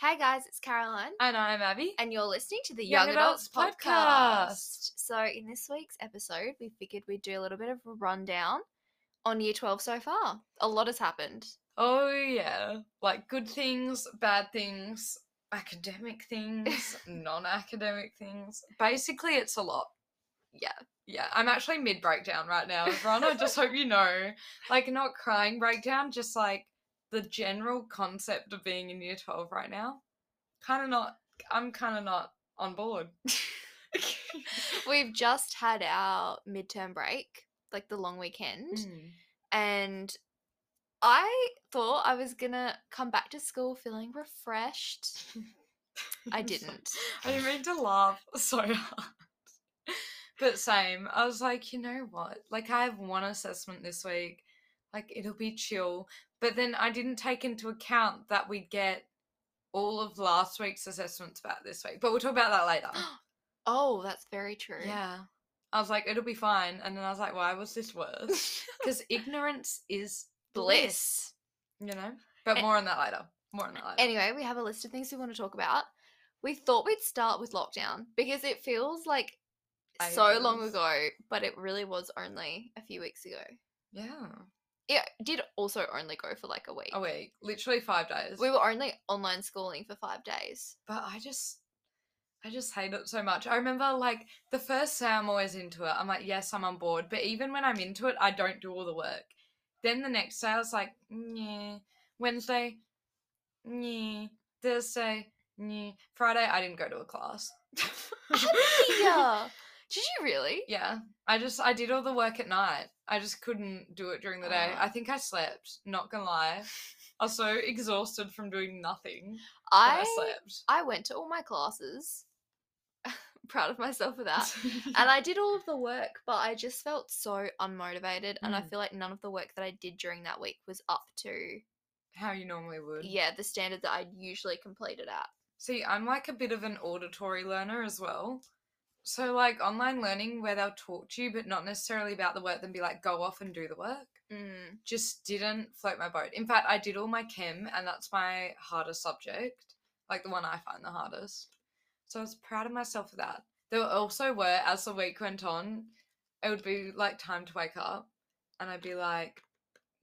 Hey guys, it's Caroline, And I'm Abby. and you're listening to the Young, Young Adults, Adults podcast. Podcast. So, in this week's episode, we figured we'd do a little bit of a rundown on year 12 so far. A lot has happened. Oh, yeah. Like good things, bad things, academic things, non academic things. Basically, it's a lot. Yeah. Yeah. I'm actually mid breakdown right now, everyone. I just hope you know. Like, not crying breakdown, just like the general concept of being in year 12 right now. Kind of not, I'm kind of not on board. We've just had our midterm break, like the long weekend, Mm. and I thought I was gonna come back to school feeling refreshed. I I'm sorry. didn't. I didn't mean to laugh so hard. But same. I was like, you know what? Like I have one assessment this week. Like it'll be chill. But then I didn't take into account that we'd get all of last week's assessments back this week. But we'll talk about that later. Oh, that's very true. yeah. I was like, it'll be fine. And then I was like, why was this worse? Because ignorance is bliss. Bliss. You know? But A- more on that later. More on that later. Anyway, we have a list of things we want to talk about. We thought we'd start with lockdown because it feels like so long Ages. ago, but it really was only a few weeks ago. yeah. It did also only go for like a week. A week. Literally five days. We were only online schooling for five days. but I just I just hate it so much. I remember like the first day I'm always into it. I'm like, yes, I'm on board. But even when I'm into it, I don't do all the work. Then the next day I was like, yeah. Wednesday, yeah. Thursday, yeah. Friday, I didn't go to a class. yeah. Did you really? yeah. I just I did all the work at night. I just couldn't do it during the day. Ah. I think I slept, not gonna lie. I was so exhausted from doing nothing that I I slept. I went to all my classes. Proud of myself for that. uh, and I did all of the work, but I just felt so unmotivated, and I Mm. feel like none of the work that I did during that week was up to how you normally would. yeah the standard that I usually completed at. See, I'm like a bit of an auditory learner as well. So like online learning where they'll talk to you but not necessarily about the work then be like go off and do the work. Mm. Just didn't float my boat. In fact, I did all my chem and that's my hardest subject, like the one I find the hardest. So I was proud of myself for that. There also were as the week went on, it would be like time to wake up and I'd be like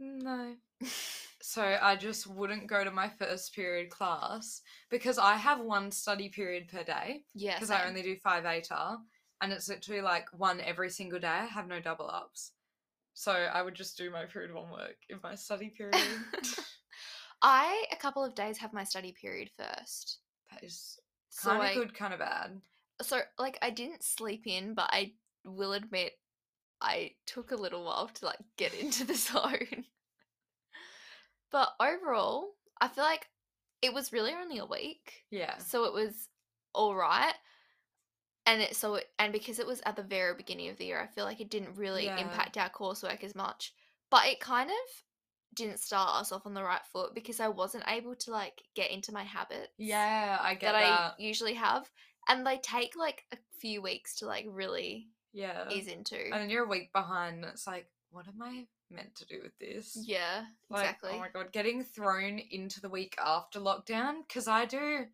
no. So I just wouldn't go to my first period class because I have one study period per day Yeah, because I same. only do five ATAR and it's literally like one every single day. I have no double ups. So I would just do my period one work in my study period. I a couple of days have my study period first, that is so kind of I, good, kind of bad. so like I didn't sleep in, but I will admit I took a little while to like get into the zone. but overall, I feel like it was really only a week. Yeah. so it was all right and it so it, and because it was at the very beginning of the year i feel like it didn't really Yeah. impact our coursework as much but it kind of didn't start us off on the right foot because i wasn't able to like get into my habits Yeah, I get that, that. i usually have and they take like a few weeks to like really yeah. ease into And then you're a week behind and it's like, what am I meant to do with this? yeah Like, exactly Oh my god, getting thrown into the week after lockdown because I do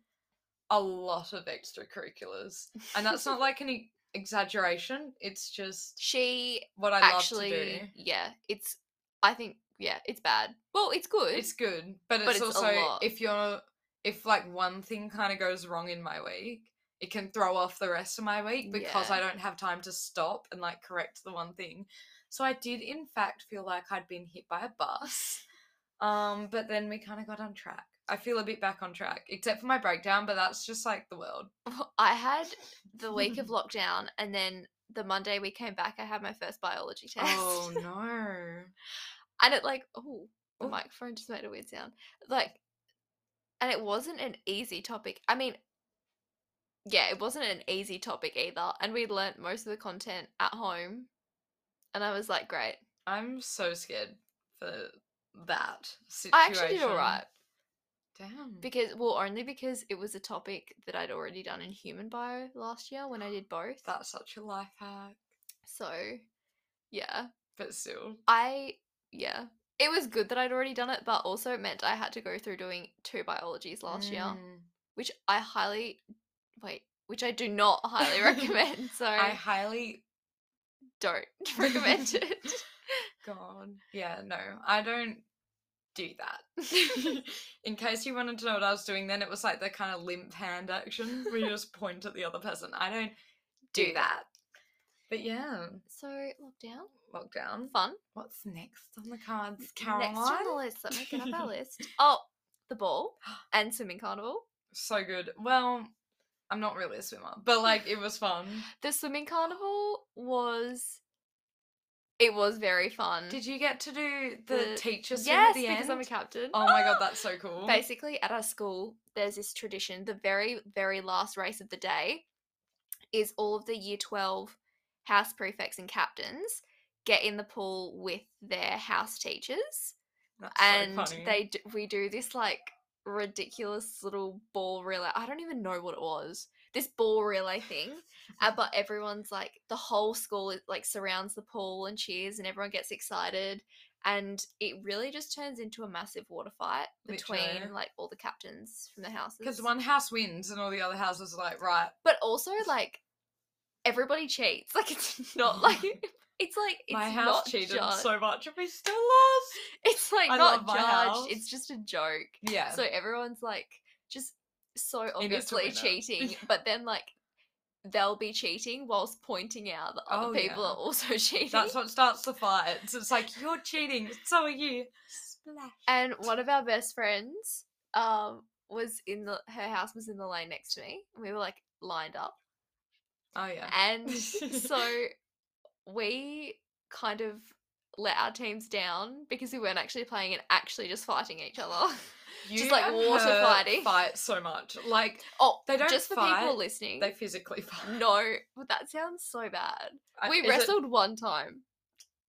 a lot of extracurriculars, and that's not like an e- exaggeration. It's just she what I actually love to do. yeah it's i think yeah it's bad well it's good It's good, but it's, But it's a also lot. if you're if like one thing kind of goes wrong in my week, it can throw off the rest of my week because Yeah. I don't have time to stop and like correct the one thing. So I did in fact feel like I'd been hit by a bus. Um, but then we kind of got on track. I feel a bit back on track, except for my breakdown, but that's just like the world. I had the week of lockdown, and then the Monday we came back, I had my first biology test. Oh no. and it, like, oh, the Oh. microphone just made a weird sound. Like, and it wasn't an easy topic. I mean, yeah, it wasn't an easy topic either. And we learnt most of the content at home. And I was like, great. I'm so scared for that situation. I actually did all right. Damn. Because, well, only because it was a topic that I'd already done in human bio last year when I did both. that's such a life hack. So, yeah. But still. I yeah. It was good that I'd already done it, but also it meant I had to go through doing two biologies last year. Mm. which I highly wait, which I do not highly recommend. So I highly don't recommend it. God. Yeah, no, I don't do that. In case you wanted to know what I was doing then, it was like the kind of limp hand action where you just point at the other person. I don't do Do that. But yeah, So lockdown, lockdown. fun. What's next on the cards, Next on the Caroline? list, let me get up our list. Oh, the ball and swimming carnival. So good. Well, I'm not really a swimmer, but like it was fun. The swimming carnival was. It was very fun. Did you get to do the, The- teacher swim yes, at the end? because I'm a captain. oh my god, that's so cool. Basically, at our school, there's this tradition. The very, very last race of the day is all of the year 12 house prefects and captains get in the pool with their house teachers. That's so and funny. they d- we do this like ridiculous little ball relay. I don't even know what it was. This ball relay thing, uh, but everyone's like the whole school is, like surrounds the pool and cheers, and everyone gets excited, and it really just turns into a massive water fight between Literally. like all the captains from the houses. because one house wins and all the other houses are like, right, but also like everybody cheats. Like it's not like it's like it's my not house cheated ju- so much and we still lost. it's like I not love my judged. house. It's just a joke. Yeah. So everyone's like just so In it to obviously win it. cheating, but then like they'll be cheating whilst pointing out that other Oh, people yeah. are also cheating. That's what starts the fights. It's like you're cheating, so are you. Splash. and one of our best friends um was in the her house was in the lane next to me. and We were like lined up. Oh yeah. And so we kind of let our teams down because we weren't actually playing and actually just fighting each other. You just like and water her fighting. Fight so much. Like Oh, They don't just for fight, people listening. they physically fight. no, but that sounds so bad. I- We is it- wrestled one time.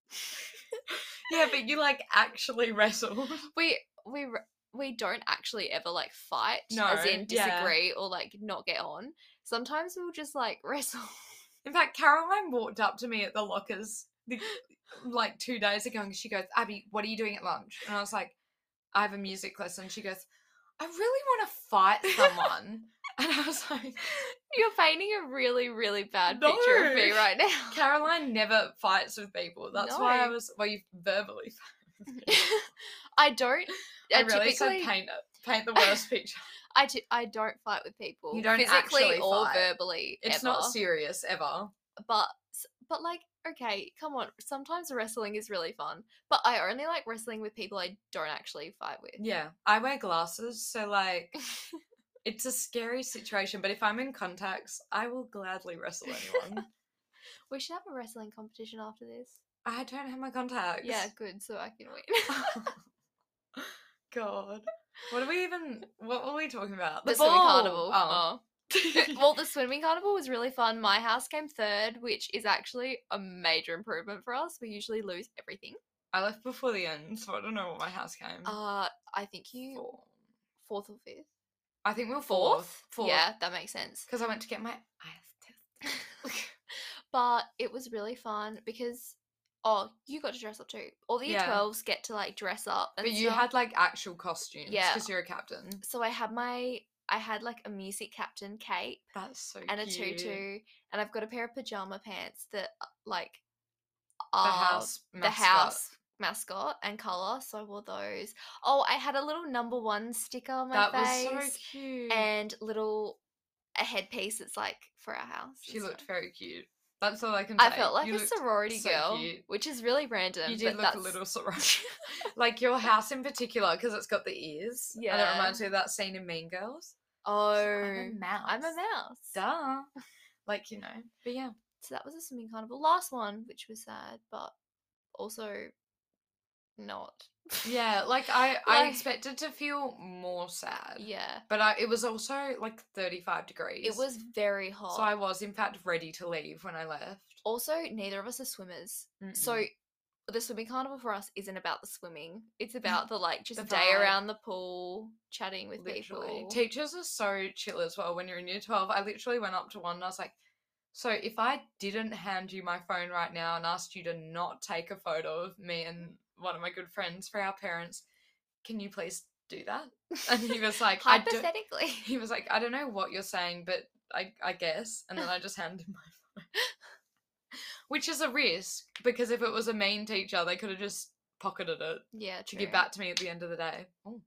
yeah, but you like actually wrestle. We we re- we don't actually ever like fight, as No, in yeah. disagree or like not get on. Sometimes we'll just like wrestle. In fact, Caroline walked up to me at the lockers the, like two days ago and she goes, Abby, what are you doing at lunch? And I was like, I have a music lesson. She goes, I really want to fight someone. and I was like, You're painting a really really bad picture of me No. right now. Caroline never fights with people. That's why I No. was, well, you verbally I don't. I, I really typically said paint it. Paint the worst picture. I t- I don't fight with people. don't physically actually or fight. verbally. It's ever. not serious ever. but s- but like okay come on sometimes wrestling is really fun but i only like wrestling with people i don't actually fight with Yeah. I wear glasses, so like it's a scary situation, but if I'm in contacts, I will gladly wrestle anyone. we should have a wrestling competition after this I don't have my contacts. yeah good so i can win God. What are we even what were we talking about? the swimming ball! carnival Oh. oh. well the swimming carnival was really fun my house came third which is actually a major improvement for us we usually lose everything I left before the end, so I don't know what my house came. uh i think you for. fourth or fifth I think we were fourth. yeah that makes sense Because I went to get my eyes tested. but it was really fun because oh you got to dress up too all the year Yeah. 12s get to like dress up and but you stuff. had like actual costumes Yeah. because you're a captain. so i had my i had like a music captain cape That's so and a cute. tutu and i've got a pair of pajama pants that uh, like The are house. Oh, the mascot. house mascot and color so i wore those oh i had a little number one sticker on my That face was so cute. and little a headpiece that's like for our house she and looked stuff. very cute. That's all I can say. I felt like you a looked- sorority so girl, cute. which is really random. You but did look that's, a little sorority. like your house in particular, because it's got the ears. And it Yeah. reminds me of that scene in Mean Girls. Oh, So I'm a mouse. I'm a mouse. Duh. Like, you know. But yeah. So that was a swimming carnival. Last one, which was sad, but also not. Yeah. Like I, I Like- expected to feel more sad. yeah. But I, it was also like 35 degrees. It was very hot. So I was, in fact, ready to leave when I left. also, neither of us are swimmers. So the swimming carnival for us isn't about the swimming. It's about Mm. the like just The day vibe. around the pool, chatting with literally, people. teachers are so chill as well. When you're in year 12, I literally went up to one and I was like, so if I didn't hand you my phone right now and asked you to not take a photo of me and one of my good friends for our parents, can you please do that? And he was like, I don't, Hypothetically. he was like, I don't know what you're saying, but I, I guess. And then I just handed him my phone. Which is a risk because if it was a mean teacher, they could have just pocketed it Yeah, to true. give back to me at the end of the day. Oh,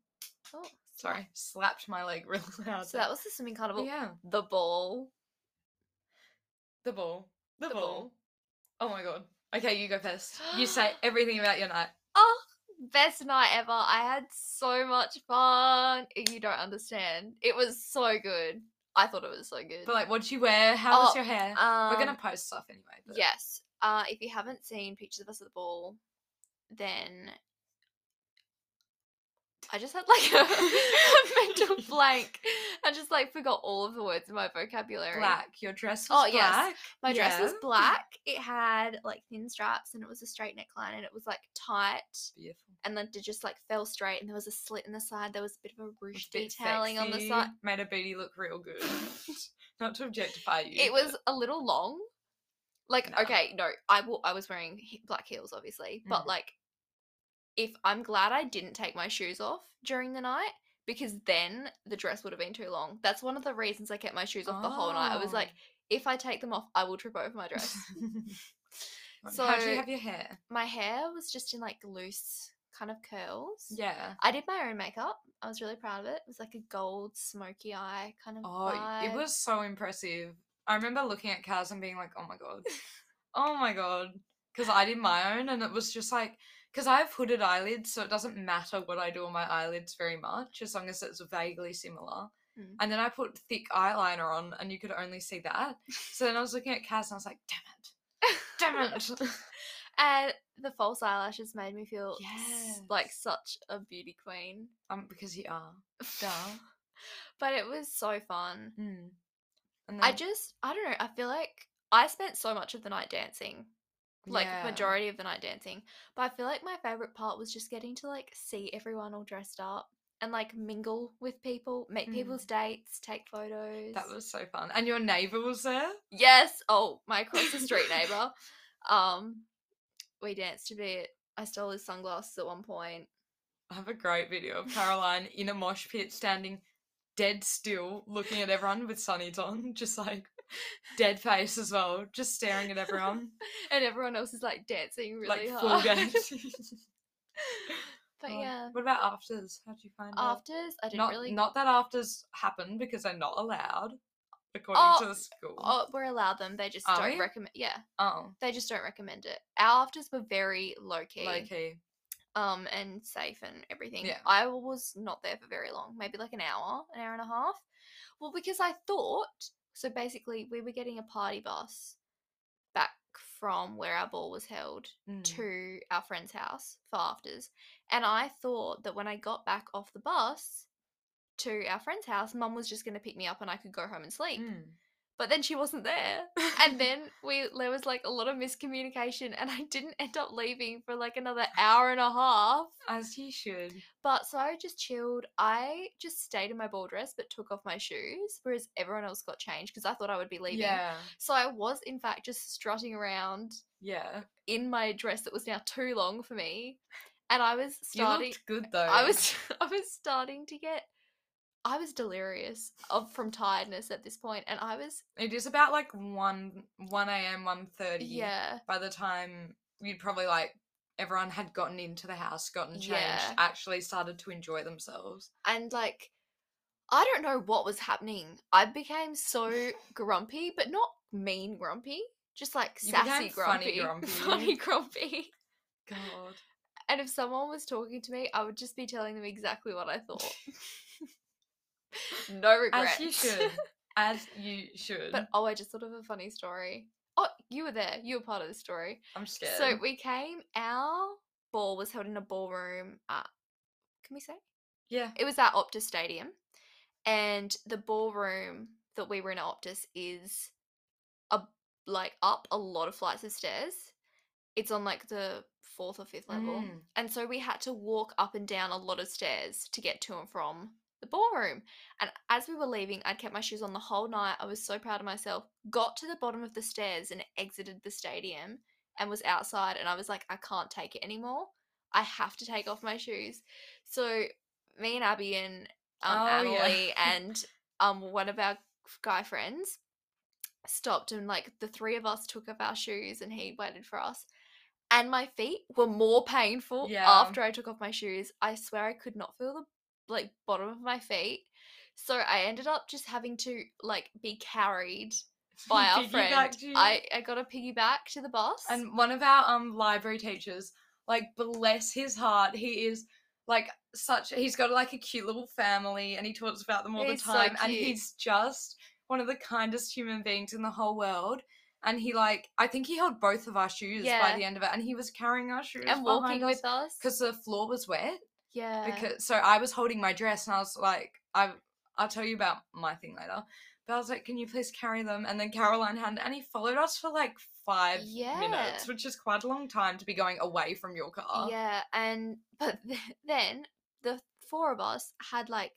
Oh, sorry. Slapped my leg real loud. so that was the swimming carnival. yeah. The ball. The ball. The, The ball. ball. Oh my god. Okay, you go first. You say everything about your night. Oh, best night ever. I had so much fun. You don't understand. It was so good. I thought it was so good. But like, what'd you wear? How was Oh, your hair? um, We're gonna post stuff anyway. But Yes. Uh, if you haven't seen pictures of us at the ball, then I just had like a, a mental blank. I just like forgot all of the words in my vocabulary. Black. Your dress Oh, was yes. black. My dress was yeah. black. It had like thin straps and it was a straight neckline and it was like tight Beautiful. and then it just like fell straight and there was a slit in the side. There was a bit of a Was ruche a bit detailing on the sexy, side. Made a booty look real good. Not to objectify you. It was a little long. Like, No. okay, no, I will. I was wearing he- black heels, obviously, but Mhm. like, if I'm glad I didn't take my shoes off during the night because then the dress would have been too long. That's one of the reasons I kept my shoes but- off the whole night. I was like, Oh. if I take them off, I will trip over my dress. Right, How do So- Oh. you have your hair? my hair was just in like loose kind of curls. Yeah. I did my own makeup. I was really proud of it. It was like a gold smoky eye kind of. Oh, y- it vibe. was so impressive. I remember looking at Kaz and being like, oh my god. Oh my god. Because I did my own and it was just like, because I have hooded eyelids, so it doesn't matter what I do on my eyelids very much, as long as it's vaguely similar. Mm. And then I put thick eyeliner on and you could only see that. So then I was looking at Kaz and I was like, damn it, damn it. And the false eyelashes made me feel s- like Yes. such a beauty queen. um, because you are. Duh. but it was so fun. Mm. And I then- just, I don't know, I feel like I spent so much of the night dancing, like yeah. majority of the night dancing. But I feel like my favorite part was just getting to like see everyone all dressed up and like mingle with people, make Mm. people's dates, take photos. That was so fun. And your neighbour was there? Yes. Oh, my across the street neighbor. Um, we danced a bit. I stole his sunglasses at one point. I have a great video of Caroline in a mosh pit standing dead still, looking at everyone with sunnies on, just like dead face as well, just staring at everyone, and everyone else is like dancing really like full hard. gaze. but Oh, yeah, What about afters? How'd you find it? afters I didn't Not, really. not that afters happen because they're not allowed, according Oh, to the school. Oh, we're allowed them. They just Are don't you? recommend. Yeah, oh they just don't recommend it. Our afters were very low key, low key. um, and safe and everything. Yeah. I was not there for very long. Maybe like an hour, an hour and a half. Well, because I thought so. Basically, we were getting a party bus back from where our ball was held Mm. to our friend's house for afters. And I thought that when I got back off the bus to our friend's house, mum was just going to pick me up and I could go home and sleep. Mm. But then she wasn't there. And then we there was like a lot of miscommunication and I didn't end up leaving for like another hour and a half. As you should. But so I just chilled. I just stayed in my ball dress but took off my shoes whereas everyone else got changed because I thought I would be leaving. Yeah. So I was in fact just strutting around Yeah. in my dress that was now too long for me, and I was starting. You looked good though. I was I was starting to get. I was delirious of from tiredness at this point, and I was It is about like one one a.m. one thirty. yeah by the time you'd probably like everyone had gotten into the house, gotten changed, Yeah. actually started to enjoy themselves. and like I don't know what was happening. I became so grumpy, but not mean grumpy, just like You sassy became funny grumpy, grumpy. funny grumpy. God. And if someone was talking to me, I would just be telling them exactly what I thought. no regrets. As you should. As you should. But oh, I just thought of a funny story. Oh, you were there. You were part of the story. I'm scared. So we came. Our ball was held in a ballroom. At, can we say yeah. it was at Optus Stadium, and the ballroom that we were in at Optus is a like up a lot of flights of stairs. It's on like the fourth or fifth level, Mm. and so we had to walk up and down a lot of stairs to get to and from the ballroom. And as we were leaving, I'd kept my shoes on the whole night. I was so proud of myself. Got to the bottom of the stairs and exited the stadium and was outside. And I was like, I can't take it anymore. I have to take off my shoes. So me and Abby and um, Oh, yeah. Annalie and um one of our f- guy friends stopped and like the three of us took off our shoes and he waited for us. And my feet were more painful Yeah. after I took off my shoes. I swear I could not feel the like bottom of my feet. So I ended up just having to like be carried by our friend. Piggybacked you. I, I got a piggyback to the bus. and one of our um library teachers, like bless his heart, he is like such. He's got like a cute little family, and he talks about them all He's the so time. and cute. he's just one of the kindest human beings in the whole world. And he like, I think he held both of our shoes Yeah. by the end of it, and he was carrying our shoes and walking with us. because the floor was wet. yeah. because so I was holding my dress and I was like, I I'll tell you about my thing later. But I was like, can you please carry them? And then Caroline had and he followed us for like five yeah. minutes, which is quite a long time to be going away from your car. Yeah, and but th- then the four of us had like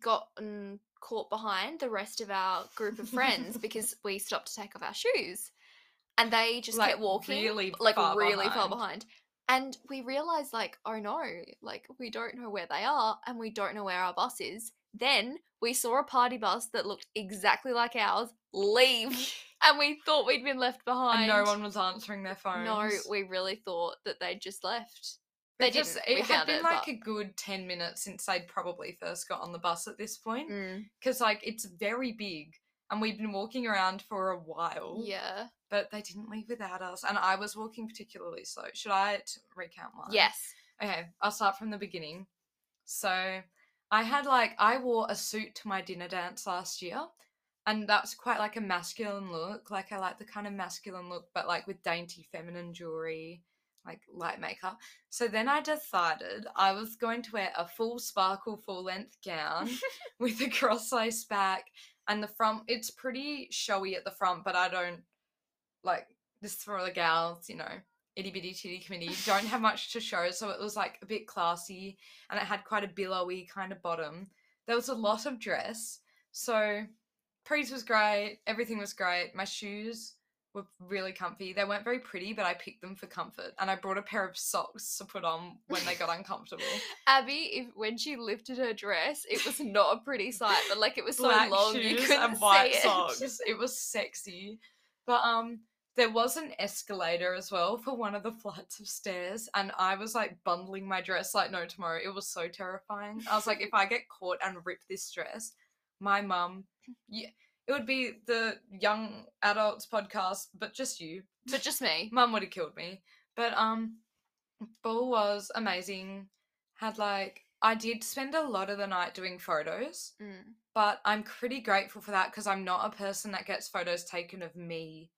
gotten caught behind the rest of our group of friends because we stopped to take off our shoes, and they just Like, kept walking really like far really far behind. behind. And we realized like, oh no, like we don't know where they are, and we don't know where our bus is. Then we saw a party bus that looked exactly like ours leave, and we thought we'd been left And behind. no one was answering their phones. No, we really thought that they just left. But they just- didn't. It We had found been it, like but- a good ten minutes since they'd probably first got on the bus at this point, Mm. because like it's very big, and we've been walking around for a while. Yeah. but they didn't leave without us, and I was walking particularly slow. Should I t- recount mine? Yes. Okay, I'll start from the beginning. So I had like I wore a suit to my dinner dance last year, and that's quite like a masculine look. Like I like the kind of masculine look, but like with dainty feminine jewelry, like light makeup. So then I decided I was going to wear a full sparkle full length gown with a cross lace back and the front. It's pretty showy at the front, but I don't like this is for the gals, you know itty bitty titty committee don't have much to show so it was like a bit classy and it had quite a billowy kind of bottom there was a lot of dress so Prees was great everything was great my shoes were really comfy they weren't very pretty but i picked them for comfort and i brought a pair of socks to put on when they got uncomfortable Abby, if, when she lifted her dress, it was not a pretty sight, but like it was so black long you shoes couldn't and white see it. socks. It was sexy, but um, there was an escalator as well for one of the flights of stairs, and I was like bundling my dress like no tomorrow. It was so terrifying. I was like, if I get caught and rip this dress, my mum, yeah, it would be the young adults podcast, but just you. But just me. Mum would have killed me. But um, Ball was amazing. Had like I did spend a lot of the night doing photos Mm. but I'm pretty grateful for that because I'm not a person that gets photos taken of me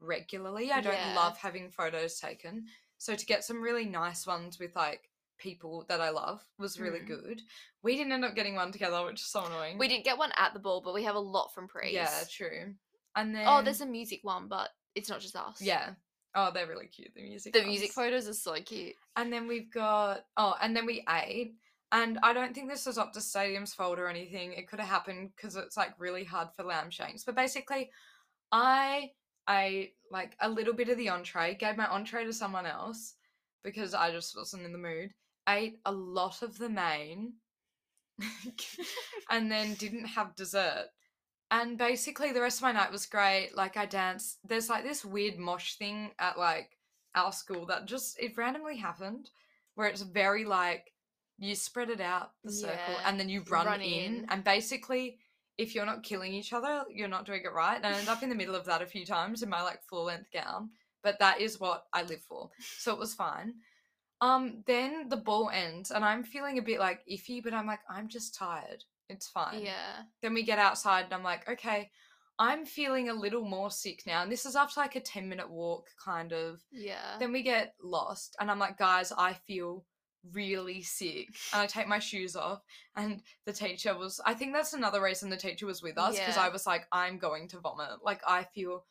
regularly. I don't Yeah. love having photos taken. So to get some really nice ones with like people that I love was really Mm. good. We didn't end up getting one together, which is so annoying. We didn't get one at the ball, but we have a lot from Prees. Yeah, true. And then Oh, there's a music one, but it's not just us. yeah. Oh, they're really cute. The music. The music ones. photos are so cute. And then we've got oh, and then we ate. And I don't think this was up to Stadium's fault or anything. It could have happened because it's like really hard for lamb shanks. But basically, I ate like a little bit of the entree, gave my entree to someone else because I just wasn't in the mood. Ate a lot of the main, and then didn't have dessert. And basically, the rest of my night was great. Like I danced. There's like this weird mosh thing at like our school that just it randomly happened where it's very like you spread it out the circle Yeah, and then you run, run in, in. and basically if you're not killing each other you're not doing it right and i ended up in the middle of that a few times in my like full length gown but that is what i live for so it was fine um then the ball ends and i'm feeling a bit like iffy but i'm like i'm just tired it's fine Yeah. then we get outside and I'm like, okay, I'm feeling a little more sick now. And this is after like a 10 minute walk, kind of. Yeah. Then we get lost and I'm like, guys, I feel really sick. And I take my shoes off. And the teacher was, I think that's another reason the teacher was with us because Yeah. I was like, I'm going to vomit. Like, I feel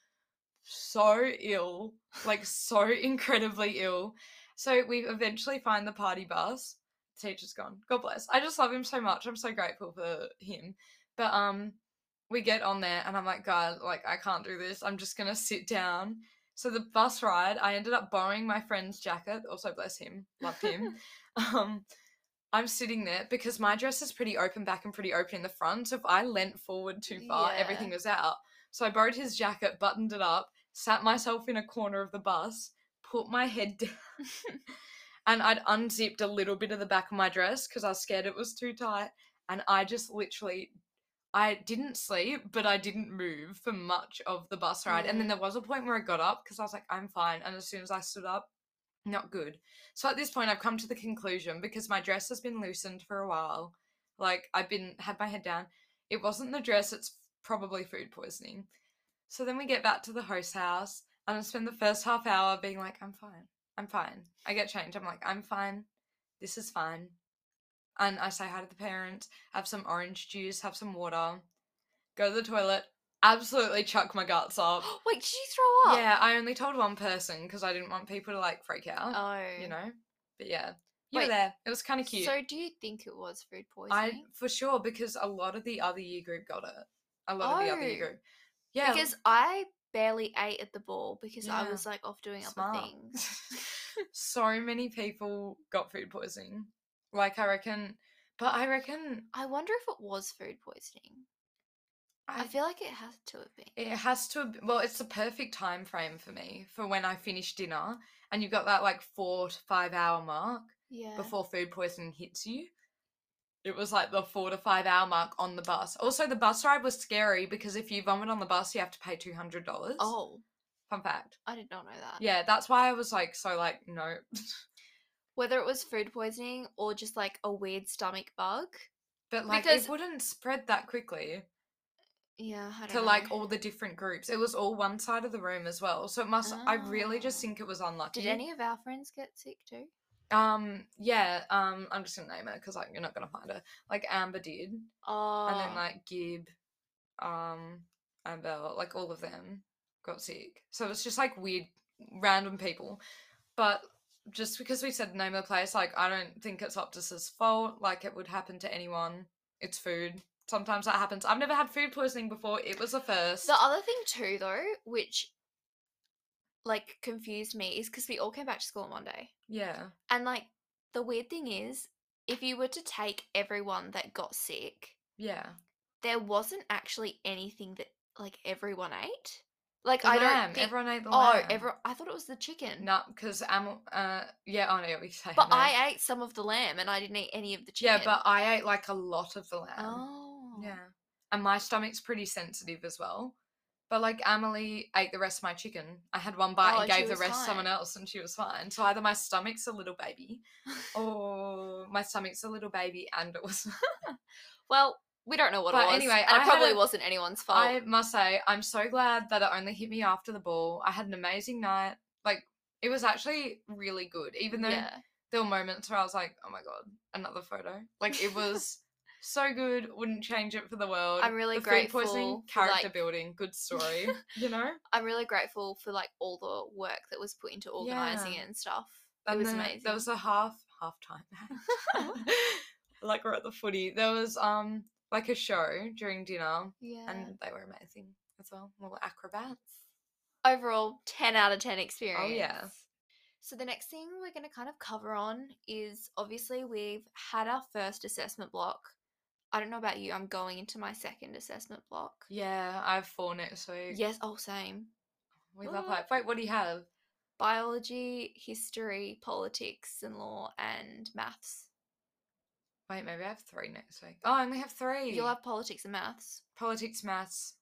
so ill, like, so incredibly ill. So we eventually find the party bus. teacher's gone. God bless. I just love him so much. I'm so grateful for him. But um we get on there and I'm like, God, like I can't do this. I'm just gonna sit down. So the bus ride, I ended up borrowing my friend's jacket. Also bless him. Loved him. um I'm sitting there because my dress is pretty open back and pretty open in the front. So if I leant forward too far, Yeah. everything was out. So I borrowed his jacket, buttoned it up, sat myself in a corner of the bus, put my head down, and I'd unzipped a little bit of the back of my dress because I was scared it was too tight. And I just literally, I didn't sleep, but I didn't move for much of the bus ride. And then Mm. there was a point where I got up because I was like, I'm fine. And as soon as I stood up, not good. So at this point, I've come to the conclusion because my dress has been loosened for a while. Like I've been had my head down. It wasn't the dress. It's probably food poisoning. So then we get back to the host house, and I spend the first half hour being like, "I'm fine. I'm fine." I get changed. I'm like, "I'm fine. This is fine." And I say hi to the parents. Have some orange juice. Have some water. Go to the toilet. Absolutely chuck my guts up. Wait, did you throw up? Yeah, I only told one person because I didn't want people to like freak out Oh. you know. But yeah, you Wait, were there. It was kind of cute. So do you think it was food I poisoning? for sure because a lot of the other year group got it. A lot of the other year Oh. group. Yeah, l- Because I barely ate at the ball because I Yeah. was like off doing other Smart. things. so many people got food poisoning. Like I reckon, but I reckon I wonder if it was food poisoning. I, I- feel like it has to have been. it has to. have- Well, it's the perfect time frame for me for when I finish dinner and you've got that like four to five hour mark yeah. before food poisoning hits you. It was like the four to five hour mark on the bus. Also, the bus ride was scary because if you vomit on the bus, you have to pay two hundred dollars. Oh, Uh. fun fact. I did not know that. Yeah, that's why I was like so like no. Whether it was food poisoning or just like a weird stomach bug. But like Because- it wouldn't spread that quickly Yeah, I don't to know. like all the different groups. It was all one side of the room as well, so it must. I really Ah. just think it was unlucky. Did any of our friends get sick too? Um. Yeah. Um. I'm just gonna name it because like you're not gonna find her. Like Amber did, Oh. and then like Gib, um, Amber, like all of them got sick. So it's just like weird, random people. But just because we said the name of the place, like I don't think it's Optus's fault. Like it would happen to anyone. It's food. Sometimes that happens. I've never had food poisoning before. It was the first. The other thing too, though, which like confused me, is because we all came back to school on Monday, yeah. and like the weird thing is, if you were to take everyone that got sick, Yeah. there wasn't actually anything that like everyone ate. Like The I lamb. don't think. Everyone ate the oh, lamb. every I thought it was the chicken. No, because am uh yeah. Oh no, we say. but no. I ate some of the lamb, and I didn't eat any of the chicken. Yeah, but I ate like a lot of the lamb. oh, Yeah. And my stomach's pretty sensitive as well. But like Emily ate the rest of my chicken. I had one bite Oh, and and she gave the was rest to someone fine. else and she was fine. So either my stomach's a little baby or my stomach's a little baby and it was Well, we don't know what But it was. anyway, and I it had probably a- wasn't anyone's fault. I must say, I'm so glad that it only hit me after the ball. I had an amazing night. Like it was actually really good, even though yeah. there were moments where I was like, Oh my god, another photo. Like it was so good, wouldn't change it for the world. I'm really the Food poisoning, grateful for, character like- building, good story. you know? I'm really grateful for like all the work that was put into organizing Yeah. it and stuff. And it was then amazing. There was a half half time. like we're at the footy. There was um like a show during dinner, yeah. and they were amazing as well. Little acrobats. Overall, ten out of ten experience. Oh yeah. So the next thing we're going to kind of cover on is obviously we've had our first assessment block. I don't know about you. I'm going into my second assessment block. Yeah, I have four next week. Yes. Oh, same. We love Ooh. life. Wait, what do you have? Biology, history, politics, and law, and maths. Wait, maybe I have three next week. Oh, I only have three. You'll have politics and maths. politics, maths,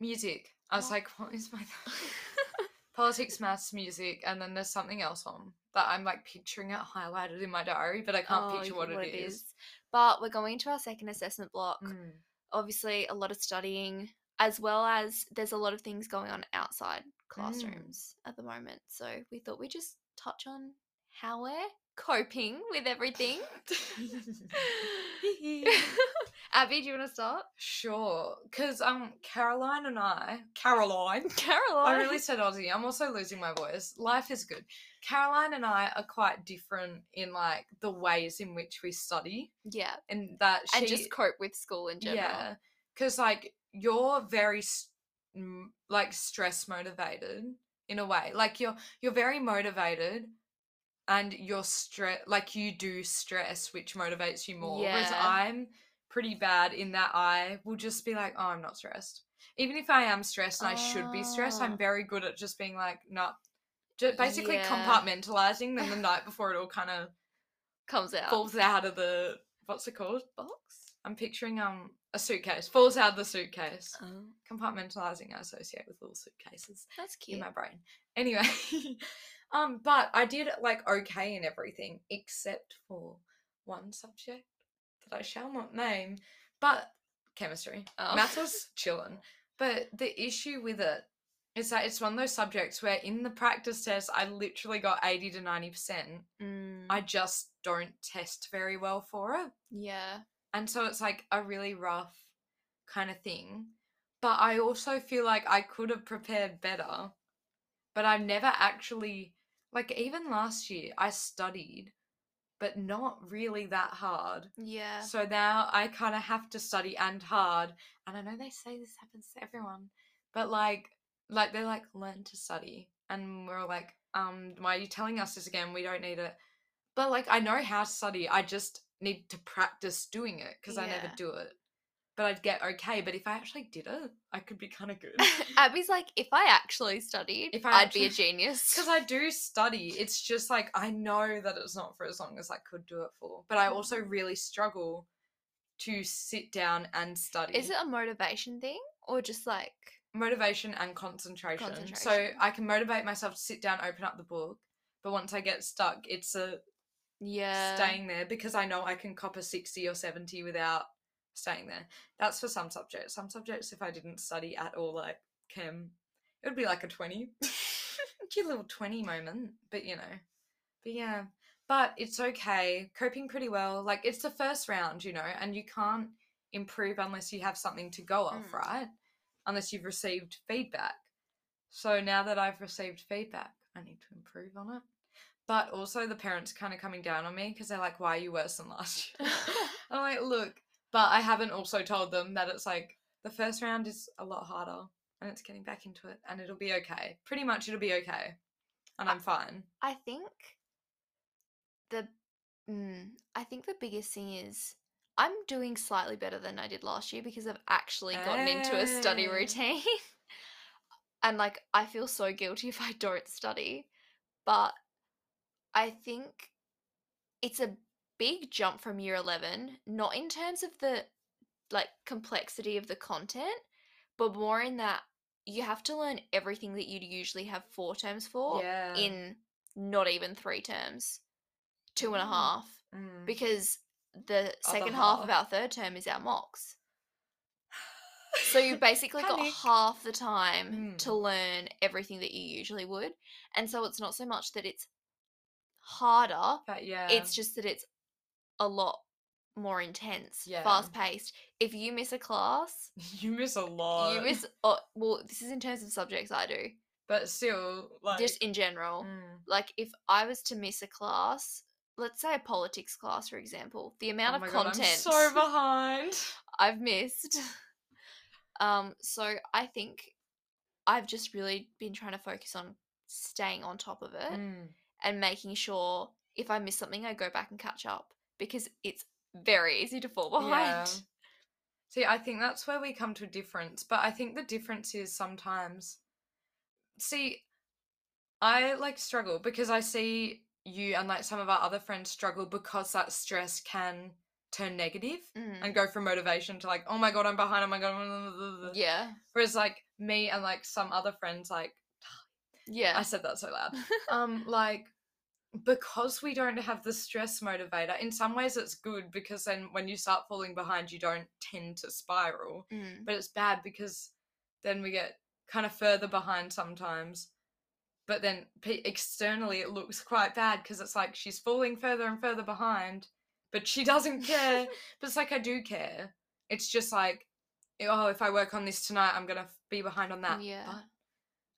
music. I was Oh. like, what is my th- politics, maths, music, and then there's something else on that I'm like picturing it highlighted in my diary, but I can't Oh, picture you- what, it is. But we're going to our second assessment block. Mm. Obviously, a lot of studying, as well as there's a lot of things going on outside classrooms at the moment. So we thought we'd just touch on how we're coping with everything. Abby, do you want to start? sure, because um, Caroline and I, Caroline, Caroline. I really said Aussie. I'm also losing my voice. Life is good. Caroline and I are quite different in like the ways in which we study, Yeah. and that she And just cope with school in general. yeah, because like you're very s- m- like stress motivated in a way. Like you're you're very motivated and you're stress like you do stress which motivates you more whereas Yeah. i'm pretty bad in that i will just be like oh i'm not stressed even if i am stressed and i should be stressed Ah. i'm very good at just being like not just basically Yeah. compartmentalizing then the night before it all kind of Comes out. falls out of the what's it called box. i'm picturing um a suitcase falls out of the suitcase Oh, compartmentalizing i associate with little suitcases that's um, in cute. my brain. Anyway, um, but I did like okay in everything except for one subject that I shall not name, but chemistry. Oh. Maths was chillin'. But the issue with it is that it's one of those subjects where in the practice test I literally got eighty to ninety percent. Mm, I just don't test very well for it. yeah. And so it's like a really rough kind of thing. But I also feel like I could have prepared better. But I've never actually, like, even last year, I studied, but not really that hard. Yeah. So now I kind of have to study and hard. And I know they say this happens to everyone, but like, like they're like, learn to study. And we're all like, um, why are you telling us this again? We don't need it. But like, I know how to study. I just need to practice doing it because I never Yeah. do it. But I'd get okay. But if I actually did it, I could be kind of good. Abby's like, if I actually studied, If I I'd be a actually- genius. Because I do study. It's just like I know that it's not for as long as I could do it for. But I also Mm. really struggle to sit down and study. Is it a motivation thing or just like? motivation and concentration. So Concentration. I can motivate myself to sit down, open up the book, but once I get stuck, it's a Yeah. staying there because I know I can cop a sixty or seventy without staying there. That's for some subjects. Some subjects, if I didn't study at all, like chem, it would be like a twenty, cute little twenty moment. But you know, but yeah. But it's okay, coping pretty well. Like it's the first round, you know, and you can't improve unless you have something to go off, Mm. right? Unless you've received feedback. So now that I've received feedback, I need to improve on it. But also, the parents kind of coming down on me because they're like, "Why are you worse than last year?" I'm like, "Look," but I haven't also told them that it's like the first round is a lot harder, and it's getting back into it, and it'll be okay. Pretty much, it'll be okay, and Uh, I'm fine. I think the mm, I think the biggest thing is I'm doing slightly better than I did last year because I've actually gotten into a study Hey. routine. and like I feel so guilty if I don't study, but I think it's a big jump from year 11, not in terms of the like complexity of the content, but more in that you have to learn everything that you'd usually have four terms for yeah. in not even three terms, two and a Mm. half, Mm. because the second half. of our third term is our mocks. So you basically got Panic. half the time Mm. to learn everything that you usually would. And so it's not so much that it's harder, But yeah, it's just that it's a lot more intense, Yeah. fast paced. If you miss a class, you miss a lot. you miss, oh, well, this is in terms of subjects I do, but still, like, just in general. mm, like if I was to miss a class, let's say a politics class, for example, the amount oh of my God, I'm content so behind. I've missed. Um, so I think I've just really been trying to focus on staying on top of it Mm. and making sure if I miss something, I go back and catch up because it's very easy to fall Yeah. behind. See, I think that's where we come to a difference, but I think the difference is sometimes. See, I like struggle because I see you and like some of our other friends struggle because that stress can turn negative Mm, and go from motivation to like, oh my god, I'm behind, oh my god. blah, blah, blah, blah." Yeah. Whereas like me and like some other friends, like Yeah. I said that so loud. um, like because we don't have the stress motivator, in some ways it's good because then when you start falling behind, you don't tend to spiral. Mm, But it's bad because then we get kind of further behind sometimes. But then pe externally, it looks quite bad because it's like she's falling further and further behind, but she doesn't care. but it's like I do care. It's just like, oh, if I work on this tonight, I'm gonna f- be behind on that. Yeah. But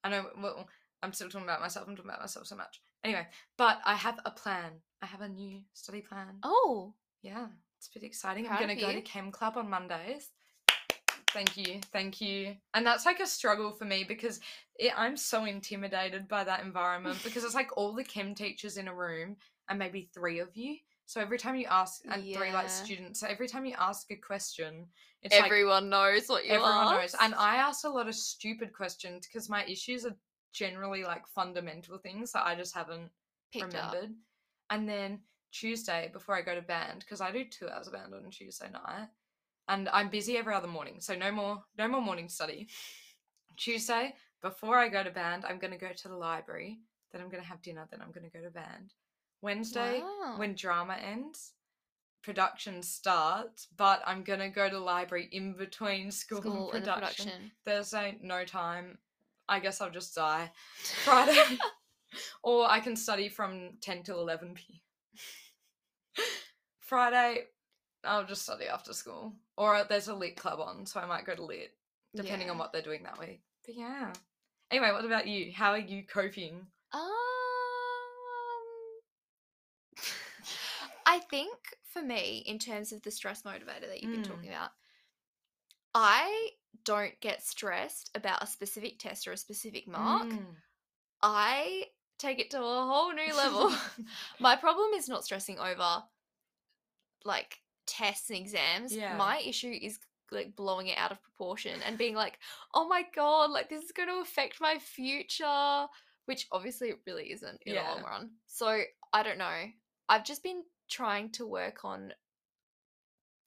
I know. Well, I'm still talking about myself. I'm talking about myself so much. Anyway, but I have a plan. I have a new study plan. Oh, Yeah, it's pretty exciting. Proud I'm of gonna go to you. chem club on Mondays. Thank you. Thank you. And that's like a struggle for me because it, I'm so intimidated by that environment because it's like all the chem teachers in a room and maybe three of you. So every time you ask, and three Yeah. like students, so every time you ask a question, it's like Everyone knows what you everyone knows. asked. And I ask a lot of stupid questions because my issues are generally like fundamental things that I just haven't picked up. remembered. And then Tuesday before I go to band, because I do two hours of band on a Tuesday night, and I'm busy every other morning, so no more no more morning study. Tuesday before I go to band, I'm gonna go to the library. Then I'm gonna have dinner. Then I'm gonna go to band. Wednesday Wow. when drama ends, production starts, but I'm gonna go to library in between school, school and and the production. production. Thursday, no time. I guess I'll just die. Friday. or I can study from 10 till 11 p. Friday, I'll just study after school. Or there's a lit club on, so I might go to lit, depending on Yeah. what they're doing that week. But yeah. Anyway, what about you? How are you coping? Um, I think for me, in terms of the stress motivator that you've been Mm. talking about, I don't get stressed about a specific test or a specific mark. Mm. I take it to a whole new level. My problem is not stressing over like tests and exams. Yeah. My issue is like blowing it out of proportion and being like, oh my god, like this is going to affect my future, which obviously it really isn't in the long Yeah. run. So I don't know. I've just been trying to work on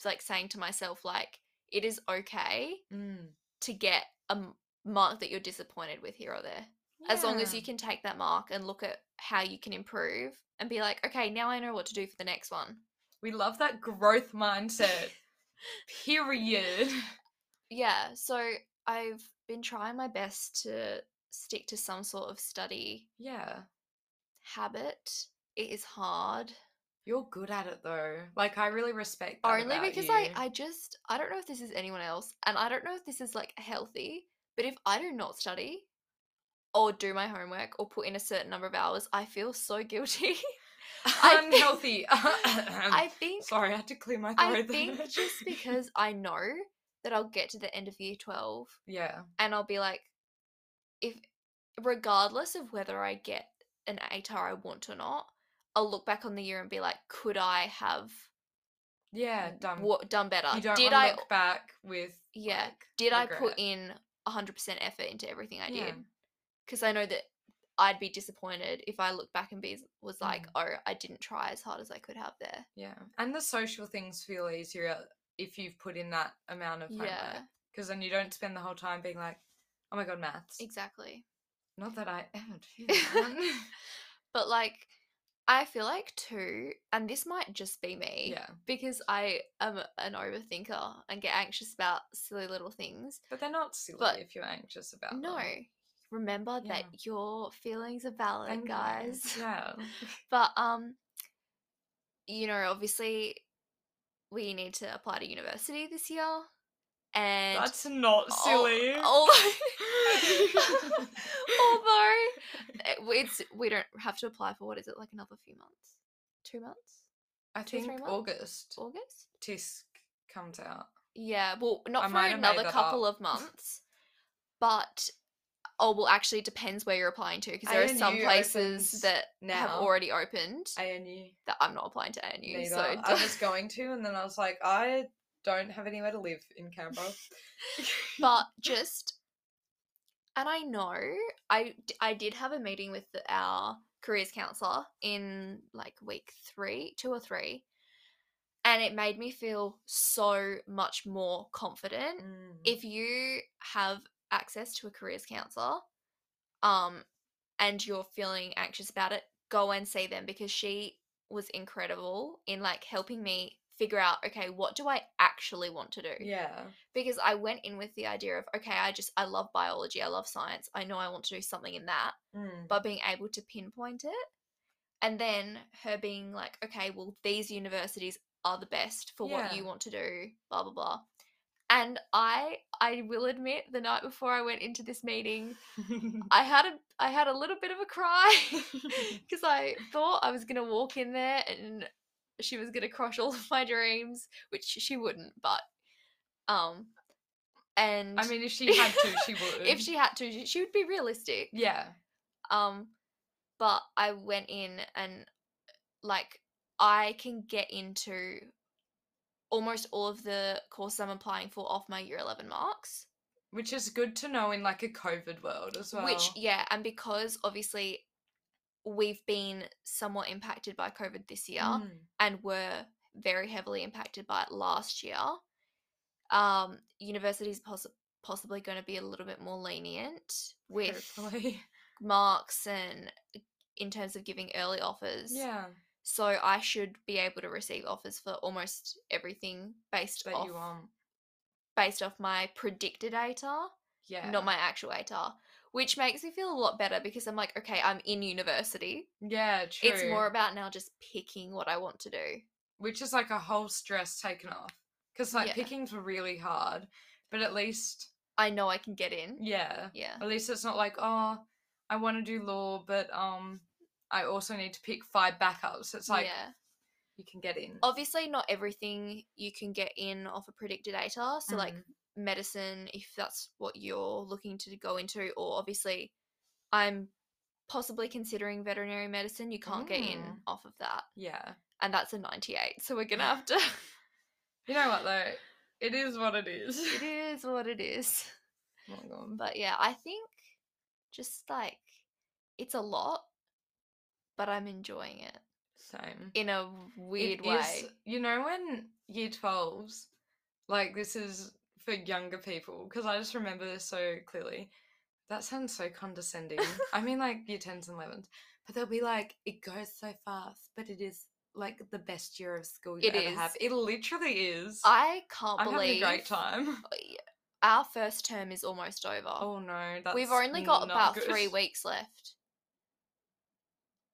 like saying to myself, like, it is okay Mm. to get a m- mark that you're disappointed with here or there as long as Yeah. you can take that mark and look at how you can improve and be like, okay, now I know what to do for the next one. We love that growth mindset. Period. Yeah, so I've been trying my best to stick to some sort of study Yeah. habit. It is hard. You're good at it though. Like I really respect that. Only about because you. I, I just, I don't know if this is anyone else, and I don't know if this is like healthy, but if I do not study or do my homework or put in a certain number of hours, I feel so guilty. I think- unhealthy. I think Sorry, I had to clear my throat. I there. think just because I know that I'll get to the end of year 12 yeah, and I'll be like, if regardless of whether I get an ATAR I want or not, I'll look back on the year and be like, could I have yeah, dumb. what, done better? you don't did wanna I look back with yeah, like, did I put regret. in 100% effort into everything I Yeah. did? Because I know that I'd be disappointed if I look back and be was like, Mm. oh, I didn't try as hard as I could have there. Yeah, and the social things feel easier if you've put in that amount of homework Yeah, because then you don't spend the whole time being like, oh my god, maths. exactly. Not that I ever do that. But like, I feel like too, and this might just be me, yeah, because I am a- an overthinker and get anxious about silly little things. but they're not silly But- if you're anxious about. them. No, remember Oh, Yeah. that your feelings are valid, Thank you. guys. Yeah. But um, you know, obviously, we need to apply to university this year, and That's not silly. al- al- although uh, w- it's we don't have to apply for what is it like another few months, two months, I two, three think months? August August. Tisk comes out. Yeah, well, not I for might have made another that couple up. of months, but oh well, actually it depends where you're applying to because there are some ANU places opens that have now. already opened ANU. that I'm not applying to ANU. Neither. So I was going to, and then I was like, I don't have anywhere to live in Canberra. but just and I know I d- I did have a meeting with the- our careers counselor in like week 3, 2 or 3 and it made me feel so much more confident Mm. if you have access to a careers counselor um and you're feeling anxious about it go and see them because she was incredible in like helping me figure out okay what do i actually want to do yeah. because i went in with the idea of okay i just i love biology i love science i know i want to do something in that Mm. but being able to pinpoint it and then her being like okay well these universities are the best for what you Yeah. want to do blah blah blah and i i will admit the night before i went into this meeting i had a i had a little bit of a cry because i thought i was going to walk in there and she was going to crush all of my dreams which she wouldn't but um and I mean, if she had to, she would. if she had to, she, she would be realistic. yeah, Um, but I went in and like I can get into almost all of the courses I'm applying for off my year 11 marks. which is good to know in like a COVID world as well. Which, yeah, and because obviously we've been somewhat impacted by COVID this year Mm. and were very heavily impacted by it last year, um, universities possi possibly going to be a little bit more lenient with Hopefully. marks and in terms of giving early offers. yeah, So I should be able to receive offers for almost everything based that off you want. based off my predicted ATAR Yeah, not my actual ATAR, which makes me feel a lot better because I'm like, okay, I'm in university. yeah, true. It's more about now just picking what I want to do. which is like a whole stress taken off because like Yeah. picking's really hard, but at least I know I can get in. yeah, Yeah. at least it's not like oh, I want to do law, but um, I also need to pick five backups. It's like yeah. Oh. you can get in. Obviously, not everything you can get in off a predicted ATAR. So, like Mm. medicine, if that's what you're looking to go into, or obviously, I'm possibly considering veterinary medicine. You can't get in Mm. off of that. yeah. And that's a 98. So, we're going to have to. You know what though? It is what it is. it is what it is. Oh my God. But yeah, I think just like it's a lot, but I'm enjoying it Same. in a weird It way. is- you know when year 12s, like this is for younger people, because I just remember this so clearly. That sounds so condescending. I mean, like year 10s and 11s, but they'll be like, it goes so fast, but it is like the best year of school you It ever have. is. It literally is. I can't I'm having believe a great time. our first term is almost over. Oh no, that's We've only got not about good. three weeks left.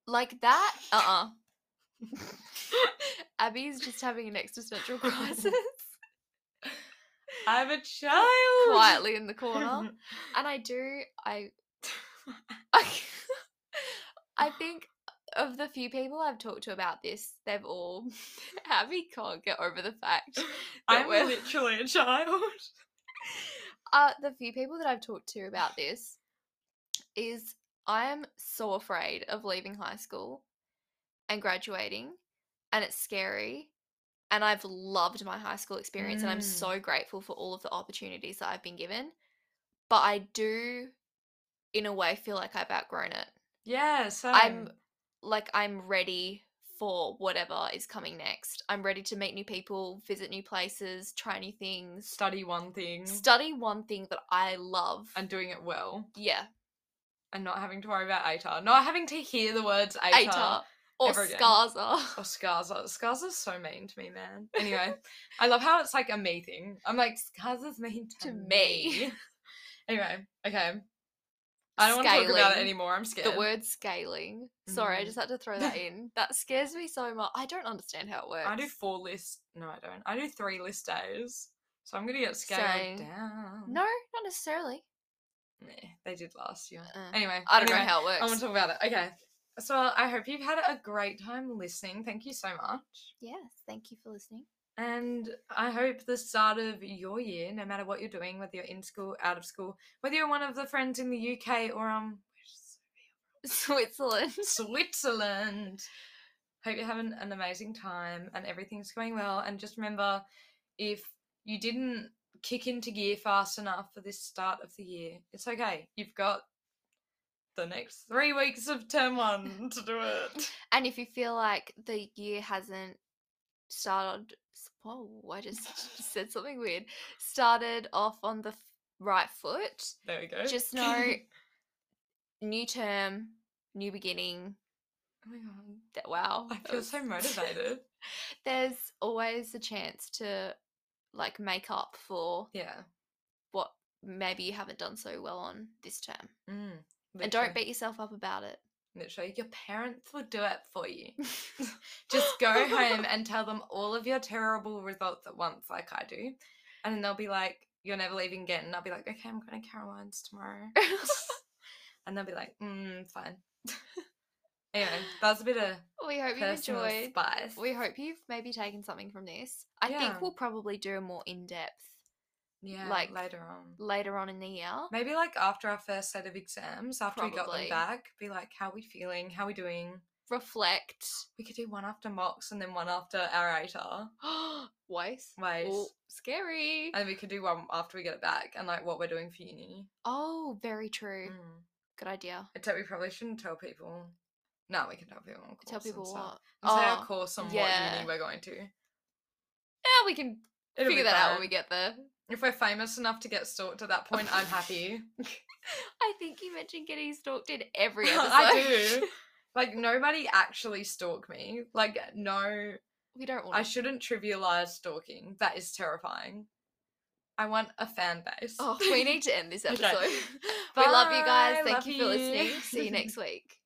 Like that? Uh uh Abby's just having an existential crisis I'm a child. quietly in the corner. And I do, I I think of the few people I've talked to about this, they've all Abby can't get over the fact. I'm we're- literally a child. Uh the few people that I've talked to about this is I am so afraid of leaving high school and graduating and it's scary. And I've loved my high school experience and I'm Mm. so grateful for all of the opportunities that I've been given. But I do in a way feel like I've outgrown it. Yeah, same. I'm like I'm ready for whatever is coming next. I'm ready to meet new people, visit new places, try new things, study one thing study one thing that I love. and doing it well yeah, and not having to worry about ATAR. Not having to hear the words ATAR. ATAR or ever again. Scarza. Or Scarza. Scarza's so mean to me, man. Anyway, I love how it's like a me thing. I'm like, Scarza's mean to, To me. me. anyway, okay. I don't want to talk about it Scaling. anymore. I'm The scared. word scaling. Sorry, I Mhm. just had to throw that in. That scares me so much. I don't understand how it works. I do four list. No, I don't. I do three list days. So I'm going to get scaled Same. down. No, not necessarily. Meh, they did last year. Uh, Anyway, I don't anyway. know how it I want works. to talk about it. Okay. So I hope you've had a great time listening. Thank you so much. Yes, thank you for listening. And I hope the start of your year, no matter what you're doing, whether you're in school, out of school, whether you're one of the friends in the UK or um Switzerland. Switzerland. Hope you're having an amazing time and everything's going well. And just remember, if you didn't kick into gear fast enough for this start of the year, it's okay. You've got the next three weeks of term one to do it. And if you feel like the year hasn't started, s- whoa, I just said something weird, started off on the f- right foot, There we go. Oh just know new term, new beginning. oh my god. That wow, I that feel so was- motivated. There's always a chance to like make up for yeah. what maybe you haven't done so well on this term, Mm, and literally. don't beat yourself up about it. Literally, your parents will do it for you. Just go home and tell them all of your terrible results at once, like I do. And then they'll be like, You're never leaving again. And I'll be like, Okay, I'm going to Caroline's tomorrow. and they'll be like, Mm, fine. anyway, that was a bit of we hope you personal enjoyed. spice. We hope you've maybe taken something from this. I Yeah. think we'll probably do a more in depth Yeah, like, later on. later on in the year. Maybe like after our first set of exams, after we got them Probably. back, be like, how we feeling? How we doing? Reflect. We could do one after mocks and then one after our ATAR. Waste. Ways. Oh, scary. And we could do one after we get it back and like what we're doing for uni. Oh, very true. Mm. Good idea. Except we probably shouldn't tell people. No, we can tell people. On course Tell people and what. stuff. And say our Oh, course on what yeah. uni we're going to. Yeah, we can It'll be figure that out when we fine. get there. If we're famous enough to get stalked at that point, I'm happy. I think you mentioned getting stalked in every episode. I do. Like nobody actually stalk me. Like no, We don't want. I shouldn't trivialize stalking. That is terrifying. I want a fan base. Oh, we need to end this Okay. episode. we love you guys. Bye, Thank love you for listening. you. See you next week.